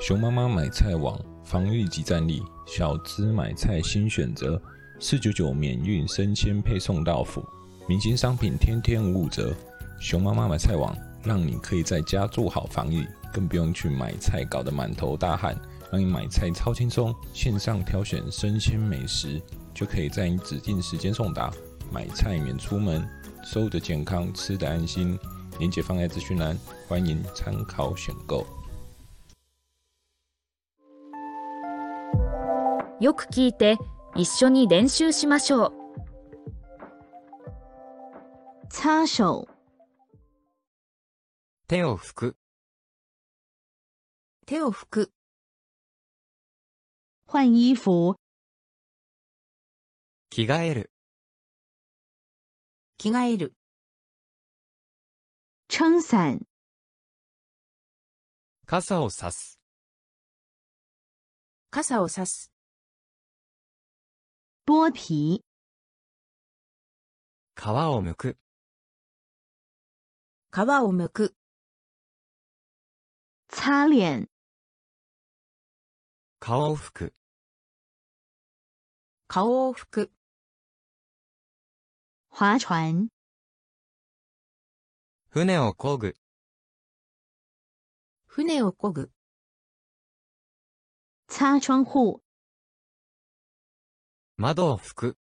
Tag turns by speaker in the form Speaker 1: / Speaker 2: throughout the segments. Speaker 1: 熊妈妈买菜网防御及战力，小资买菜新选择，四九九免运生鲜配送到府，明星商品天天五五折。熊妈妈买菜网让你可以在家做好防疫，更不用去买菜搞得满头大汗，让你买菜超轻松，线上挑选生鲜美食就可以在你指定时间送达，买菜免出门，收的健康，吃的安心。链接放在资讯栏，欢迎参考选购。
Speaker 2: よく聞いて一緒に練習しましょう
Speaker 3: 擦手、
Speaker 4: 手を拭く、
Speaker 5: 手を拭く、
Speaker 3: 换衣服、
Speaker 4: 着替える、
Speaker 5: 着替える、
Speaker 3: 撑伞、
Speaker 4: 傘をさす、
Speaker 5: 傘をさす、
Speaker 3: 剥皮、
Speaker 4: 皮を剥く、
Speaker 5: 皮を剥く、
Speaker 3: 擦脸、
Speaker 4: 顔を拭く、
Speaker 5: 顔を拭く、
Speaker 3: 划船、
Speaker 4: 船を漕ぐ、
Speaker 5: 船を漕ぐ、
Speaker 3: 擦窗户、
Speaker 4: 窓を拭く、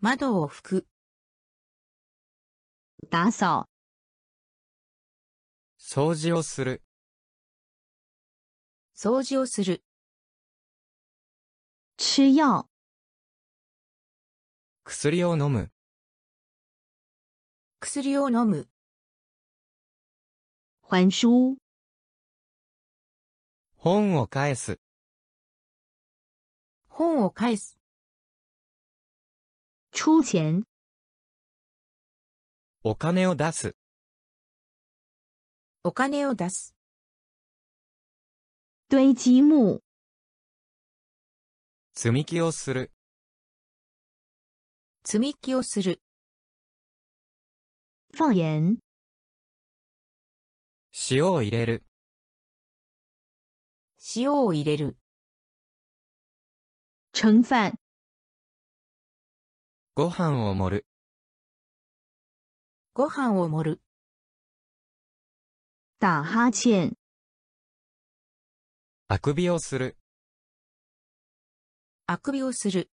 Speaker 5: 窓を拭く、
Speaker 3: 打扫、
Speaker 4: 掃除をする、
Speaker 5: 掃除をする、
Speaker 3: 吃药、
Speaker 4: 薬を飲む、
Speaker 5: 薬を飲む、
Speaker 3: 还书、
Speaker 4: 本を返す、
Speaker 5: 本を返す、
Speaker 3: 出钱、
Speaker 4: お金を出す、
Speaker 5: お金を出す、
Speaker 3: 堆积木、
Speaker 4: 積み木をする、
Speaker 5: 積み木をする、
Speaker 3: 放盐、
Speaker 4: 塩を入れる、
Speaker 5: 塩を入れる、
Speaker 3: 盛饭、
Speaker 4: ご飯を盛る、
Speaker 5: ご飯を盛る、
Speaker 3: 打哈欠、
Speaker 4: あくびをする、
Speaker 5: あくびをする、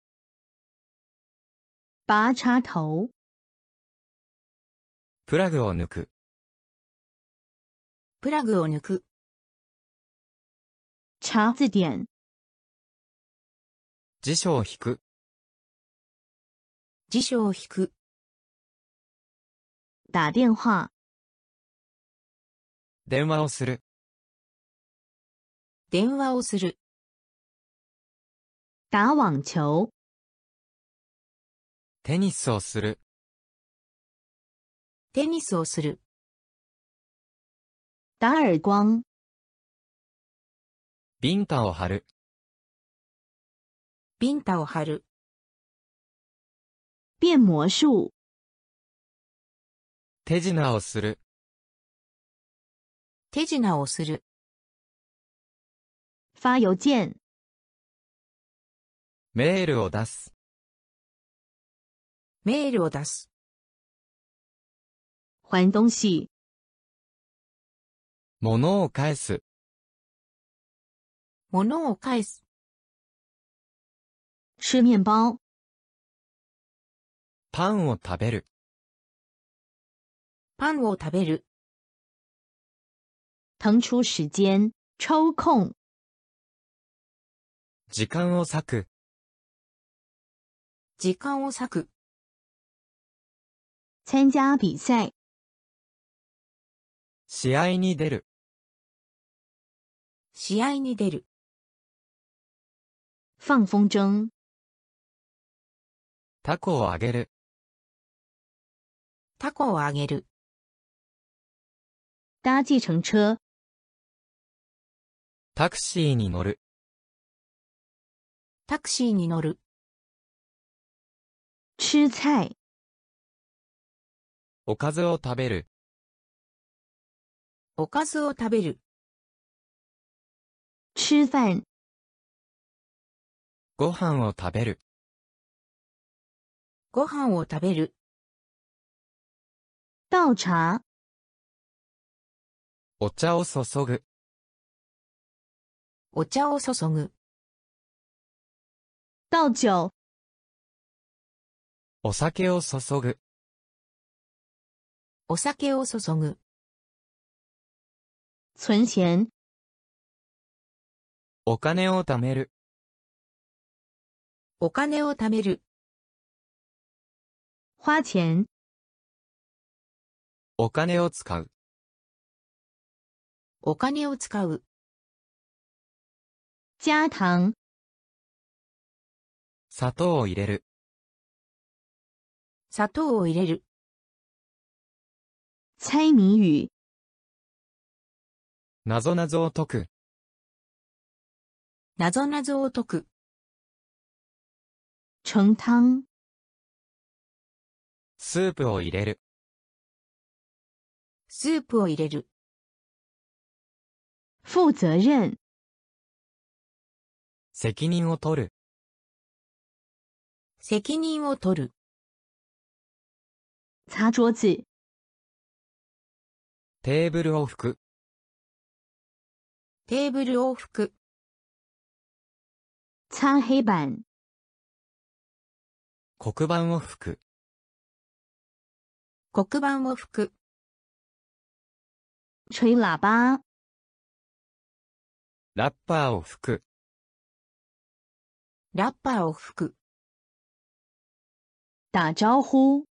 Speaker 3: 拔插头、
Speaker 4: プラグを抜く、
Speaker 5: プラグを抜く、
Speaker 3: 查字典、
Speaker 4: 辞書を引く、
Speaker 5: 辞書を引く、
Speaker 3: 打电话、
Speaker 4: 電話をする、
Speaker 5: 電話をする、
Speaker 3: 打网球、
Speaker 4: テニスをする、
Speaker 5: テニスをする、
Speaker 3: 打耳光、
Speaker 4: ビンタを張る、
Speaker 5: ビンタを張る、
Speaker 3: 变魔术、
Speaker 4: 手品をする、
Speaker 5: 手品をする、
Speaker 3: 发邮件、
Speaker 4: メールを出す、
Speaker 5: メールを出す、
Speaker 3: 还东西、
Speaker 4: 物を返す、
Speaker 5: 物を返す、
Speaker 3: 吃面包、
Speaker 4: パンを食べる、
Speaker 5: パンを食べる、
Speaker 3: 腾出时间、抽空、
Speaker 4: 時間を割く、
Speaker 5: 時間を割く、
Speaker 3: 参加比赛、
Speaker 4: 試合に出る、
Speaker 5: 試合に出る、
Speaker 3: 放风筝、
Speaker 4: タコをあげる、
Speaker 5: タコをあげる、
Speaker 3: 搭计程车、
Speaker 4: タクシーに乗る、
Speaker 5: タクシーに乗る、
Speaker 3: 吃菜、
Speaker 4: おかずを食べる、
Speaker 5: おかずを食べる、
Speaker 3: 吃饭、
Speaker 4: ご飯を食べる、
Speaker 5: ご飯を食べる、
Speaker 3: 倒茶、
Speaker 4: お茶を注ぐ、
Speaker 5: お茶を注ぐ、
Speaker 3: 倒酒、
Speaker 4: お酒を注ぐ、
Speaker 5: お酒を注ぐ、
Speaker 3: 存钱、
Speaker 4: お金を貯める、
Speaker 5: お金を貯める、
Speaker 3: 花钱、
Speaker 4: お金を使う、
Speaker 5: お金を使う、
Speaker 3: 加糖、
Speaker 4: 砂糖を入れる、
Speaker 5: 砂糖を入れる、
Speaker 3: 猜谜语、
Speaker 4: なぞなぞを解く、
Speaker 5: なぞなぞを解く、
Speaker 3: 盛汤、
Speaker 4: スープを入れる、
Speaker 5: スープを入れる、
Speaker 3: 负责任、
Speaker 4: 責任を取る、
Speaker 5: 責任を取る、
Speaker 3: 擦桌子、
Speaker 4: テーブルを拭く、
Speaker 5: テーブルを拭く、
Speaker 3: 擦黑板、
Speaker 4: 黒板を拭く、
Speaker 5: 黒板を拭く、
Speaker 3: 吹喇叭、
Speaker 4: ラッパーを拭く、
Speaker 5: ラッパーを拭く、
Speaker 3: 打招呼、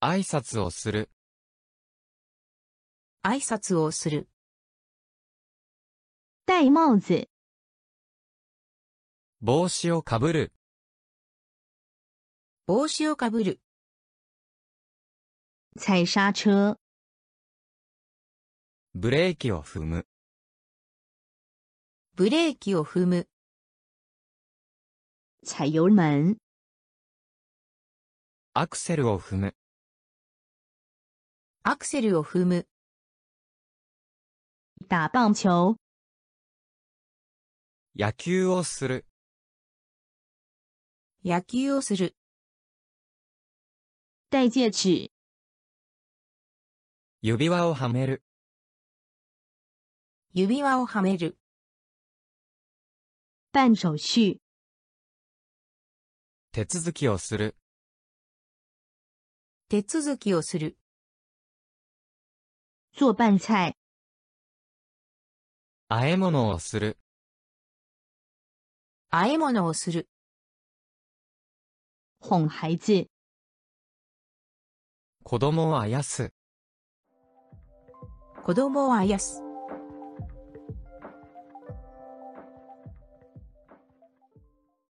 Speaker 4: 挨拶をする、
Speaker 5: 挨拶をする、
Speaker 3: 戴帽子、
Speaker 4: 帽子をかぶる、
Speaker 5: 帽子をかぶる、
Speaker 3: 踩刹车、
Speaker 4: ブレーキを踏む、
Speaker 5: ブレーキを踏む、
Speaker 3: 踩油门、
Speaker 4: アクセルを踏む、
Speaker 5: アクセルを踏む、
Speaker 3: 打棒球、
Speaker 4: 野球をする、
Speaker 5: 野球をする、
Speaker 3: 戴戒指、
Speaker 4: 指輪をはめる、
Speaker 5: 指輪をはめる、
Speaker 3: 办手续、
Speaker 4: 手続きをする、
Speaker 5: 手続きをする、
Speaker 3: 做饭菜、
Speaker 4: 和え物をする、
Speaker 5: 和え物をする、
Speaker 3: 哄孩子、
Speaker 4: 子供をあやす。
Speaker 5: 子供をあやす。